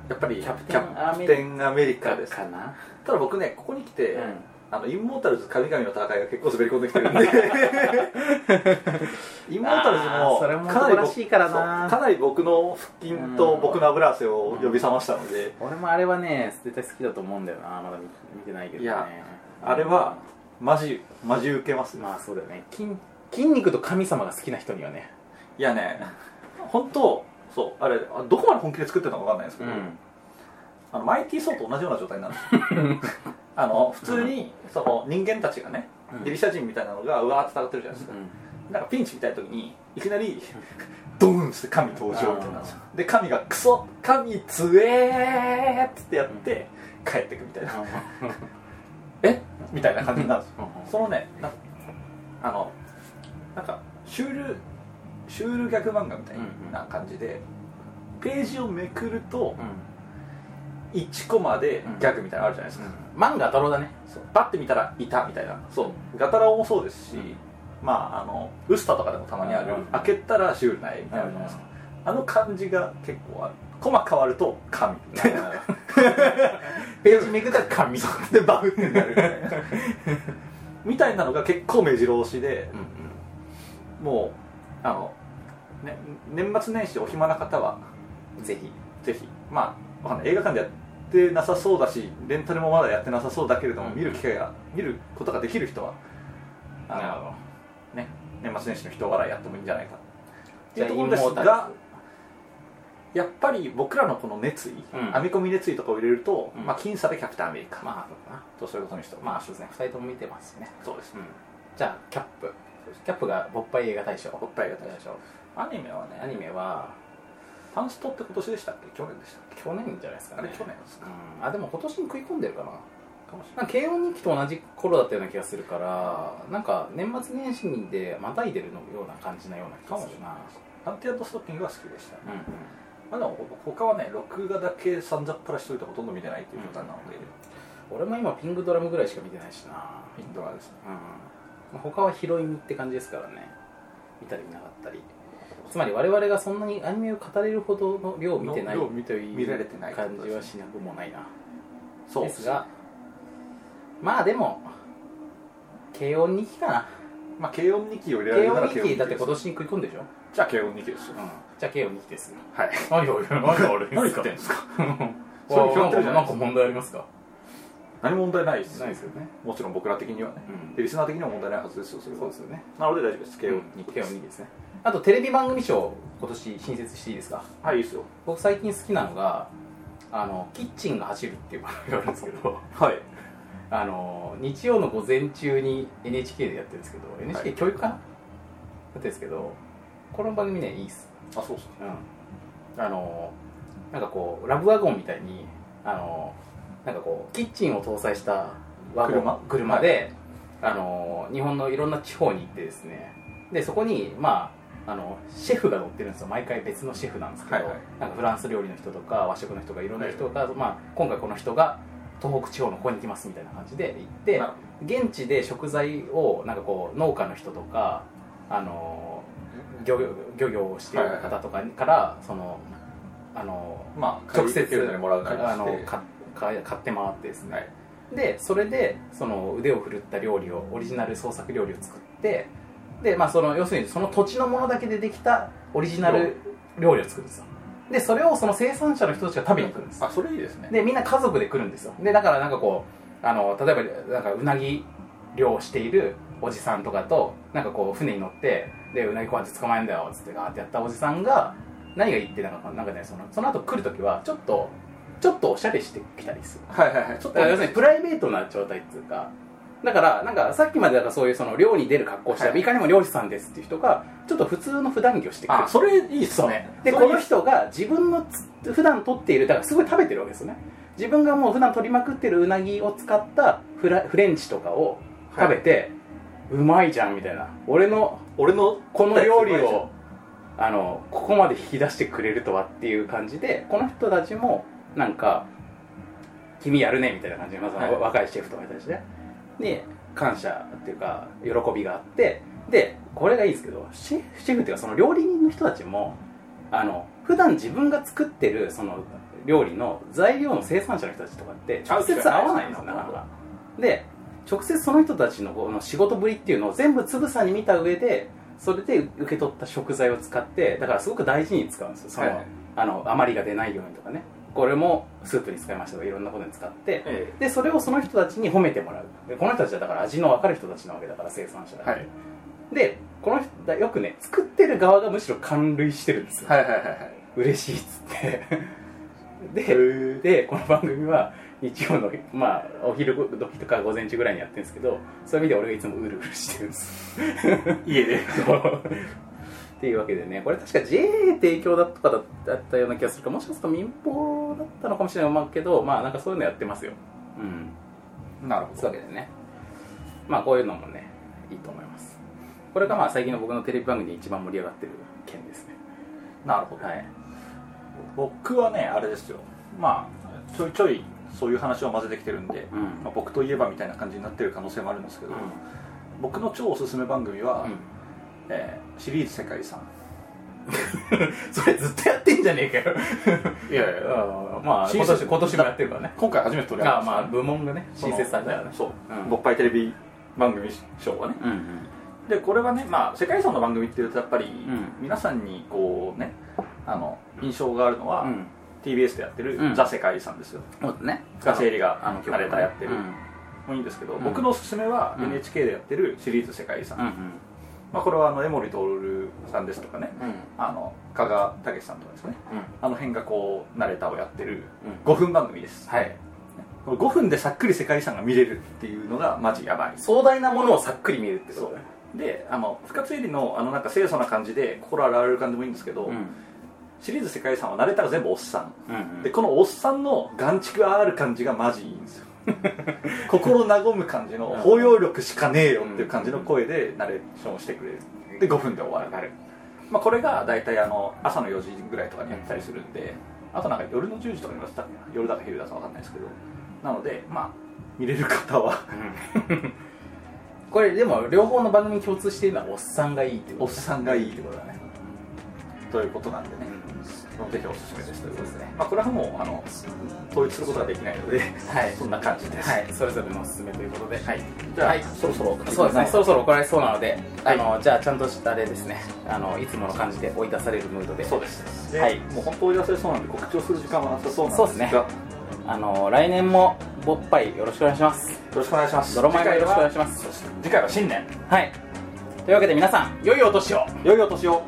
やっぱりキキャャププテンテンアメリカですかなただ僕ねここに来て、うんあのインモータルズ神々の戦いが結構滑り込んできてるんで (laughs) インモータルズあーそれももかなり男ら僕しいからなそうかなり僕の腹筋と僕の油汗を呼び覚ましたので、俺もあれはね絶対好きだと思うんだよなまだ見見てないけどねいやあれはマジマジ受けますねまあそうだよね筋筋肉と神様が好きな人にはねいやね本当そうあれあどこまで本気で作ってたのかわかんないですけうど、 (laughs) んあのマイティー・ソーと同じような状 (laughs) 態になるんですよあの普通にその人間たちがねうんギリシャ人みたいなのがうわーって戦ってるじゃないですか、うなんかピンチみたいな時にいきなり (laughs) ドーンって神登場みたいなで神がクソ神つえーっつってやって帰ってくみたいな、えみたいな感じになるんですよそのねなあのなんかシュールシュール逆漫画みたいな感じで、ページをめくるとん1コマでギャグみたいなのあるじゃないですか、漫画太郎だねそうパッて見たらいたみたいなそうガタラオもそうですし、うんまああのウスタとかでもたまにある、うん開けたらシュールな絵みたいなのあるじゃないですか、あの感じが結構あるコマ変わると (laughs) 神みたいなページめくったら神うでバフってなるみたいなみたいなのが結構目白押しでんうんもうあの、ね、年末年始お暇な方はぜひぜひまあわかんない映画館でやってなさそうだしレンタルもまだやってなさそうだけれども、うん見る機会が見ることができる人はあのどね、年末年始の人笑いやってもいいんじゃないかってじいゃうあところですインモータルがやっぱり僕らのこの熱意、うん編み込み熱意とかを入れると、うんまあ、僅差でキャプテンアメリカ、まあそうだなとそういうことにしてもまあそうですね2人とも見てますしねそうです、うんじゃあキャップキャップが勃発映画大賞おっぱいが大大事賞アニメはアねニメはパンストって今年でしたっけ去年でしたっけ去年じゃないですかあねれ去年ですか、うんあでも今年に食い込んでるかなかもしれなんか慶応日記と同じ頃だったような気がするからなんか年末年始にでまたいでるのような感じなような気がするなないアンティアントストッキングは好きでした、うんうんまあ、でも他はね録画だけさんざっぱらしといてほとんど見てないっていう状態なので、俺も今ピングドラムぐらいしか見てないしなインドはですねうんまあ他は拾い見って感じですからね見たり見なかったりつまり我々がそんなにアニメを語れるほどの量を見てないの量をという見られてないってこと感ですねじはしなくもないなそうですがまあでも慶音2期かなまあ軽音2期を入れられ慶る音なら2期だって今です年に食い込んでしょ、じゃあ軽音2期ですよじゃあ慶音2期ですはい何を何を俺何言ってんですかそれそれなんに決まってかるじゃなないんか問題ありますか何も問題ないですないですよねもちろん僕ら的にはねうんでリスナー的には問題ないはずですよそれそうはですよねなので大丈夫です軽音2 2期期ではす2期ですねあとテレビ番組賞今年新設していいですかはいいいですよ僕最近好きなのがあの「キッチンが走る」っていう番組があるんですけ (laughs) どはいあの日曜の午前中に NHK でやってるんですけど NHK 教育かな、やってるんですけどこの番組ねいいっすあそうっすねうんあのなんかこうラブワゴンみたいにあのなんかこうキッチンを搭載したワゴン車で、あの日本のいろんな地方に行ってですねでそこにまああのシェフが乗ってるんですよ毎回別のシェフなんですけど、はいはいなんかフランス料理の人とか和食の人がいろんな人が、まあ、今回この人が東北地方のここに来ますみたいな感じで行って、なるほ現地で食材をなんかこう農家の人とかあの漁業漁業をしている方とかにからそのあのどまあ直接軽音でもらうなりあしのてかか買って回ってですね、はいでそれでその腕を振るった料理をオリジナル創作料理を作ってで、まあ、その要するにその土地のものだけでできたオリジナル料理を作るんですよでそれをその生産者の人たちが食べに来るんですあそれいいですねでみんな家族で来るんですよでだからなんかこうあの例えばなんかうなぎ漁をしているおじさんとかとなんかこう船に乗ってでうなぎこうやって捕まえんだよっつってガーってやったおじさんが何が言ってなんかなんかねそのその後来る時はちょっとちょっとおしゃれしてきたりするはいはいはいちょだっとから要するにプライベートな状態っていうかだからなんかさっきまでだからそういうその漁に出る格好をして、はいい、かにも漁師さんですっていう人がちょっと普通の普段着をしてくるあそれいいっすねでそこれいいの人が自分のつ普段取っているだからすごい食べてるわけですよね自分がもう普段取りまくってるうなぎを使ったフラフレンチとかを食べて、うまいじゃんみたいな俺の俺のこの料 (laughs) 理をあのここまで引き出してくれるとはっていう感じでこの人たちもなんか君やるねみたいな感じでまずははい若いシェフとかに対してで感謝っていうか喜びがあってでこれがいいですけどシェフシェフっていうかその料理人の人たちもあの普段自分が作ってるその料理の材料の生産者の人たちとかって直接会わないんですよなかなかで直接その人たちのこの仕事ぶりっていうのを全部つぶさに見た上でそれで受け取った食材を使ってだからすごく大事に使うんですよその、はいはいあの余りが出ないようにとかねこれもスープに使いましたとかいろんなことに使って、えでそれをその人たちに褒めてもらうでこの人たちはだから味の分かる人たちなわけだから生産者だから、はいでこの人だよくね作ってる側がむしろ感涙してるんですよ、はいはいはいはい嬉しいっつってで、へでこの番組は日曜の、まあ、お昼時とか午前中ぐらいにやってるんですけどそういう意味で俺がいつもうるうるしてるんです (laughs) 家でっていうわけでねこれ確か JA 提供だとかだだったような気がするかもしかすると民放だったのかもしれないまあけどまあなんかそういうのやってますようんなるほそういうわけでねまあこういうのもねいいと思いますこれがまあ最近の僕のテレビ番組で一番盛り上がってる件ですねなるほど、はい僕はねあれですよまあちょいちょいそういう話を混ぜてきてるんで、うんまあ、僕といえばみたいな感じになってる可能性もあるんですけど、僕の超おすすめ番組は、えーシリーズ世界遺産 (laughs) それずっとやってんじゃねえかよ (laughs) いやいやあーまあ新今年設今年もやってるからね今回初めて取り上げあまーしたまあ部門がねその新設されたからねそう、うん勃発テレビ番組賞はねうんうんでこれはねまあ世界遺産の番組っていうとやっぱり、ん皆さんにこうねあの印象があるのは、うん TBS でやってる、うんザ世界遺産ですよそうだねが整理があの曲ナレーターやってる、うんもいいんですけど、うん僕のおすすめはうん NHK でやってるシリーズ「世界遺産」うんまあ、これはあの江守徹さんですとかねうんうんあの加賀武さんとかですねあの辺がこうナレーターをやってるうん5分番組です、はいこの5分でさっくり世界遺産が見れるっていうのがマジやばい壮大なものをさっくり見えるってことだねであの深津絵里のあのなんか清楚な感じで心洗われる感じもいいんですけど、うんシリーズ「世界遺産」はナレーターが全部おっさんうんでこのおっさんの眼蓄ある感じがマジいい (laughs) んですよ心和む感じのうん包容力しかねえよっていう感じの声でナレーションをしてくれるで5分で終わるわかるまあ、これが大体あの朝の4時ぐらいとかにやってたりするんであとなんか夜の10時とかにやってたんだよな夜だか昼だかわかんないですけどなのでまあ見れる方はうん (laughs) これでも両方の番組共通しているのはおっさんがいいってこ (laughs) おっとさんがいいってことだねということなんでね、ぜひおすすめですということでね、まあ、これはもうあの統一することはできないので、はいそんな感じです、はいそれぞれのおすすめということではいじゃあ、はいそろそろそうですねそろそろ怒られそうなので、はいあのじゃあちゃんとしたあれですねあのいつもの感じで追い出されるムードでそうですで、はいもう本当追い出せそうなんで告知をする時間はなさそうなんそうでですすがねあの来年もぼっぱいよろしくお願いしますよろしくお願いしますドロマイもよろしくお願いしまますす次回は新年はいというわけで皆さん良いお年を良いお年を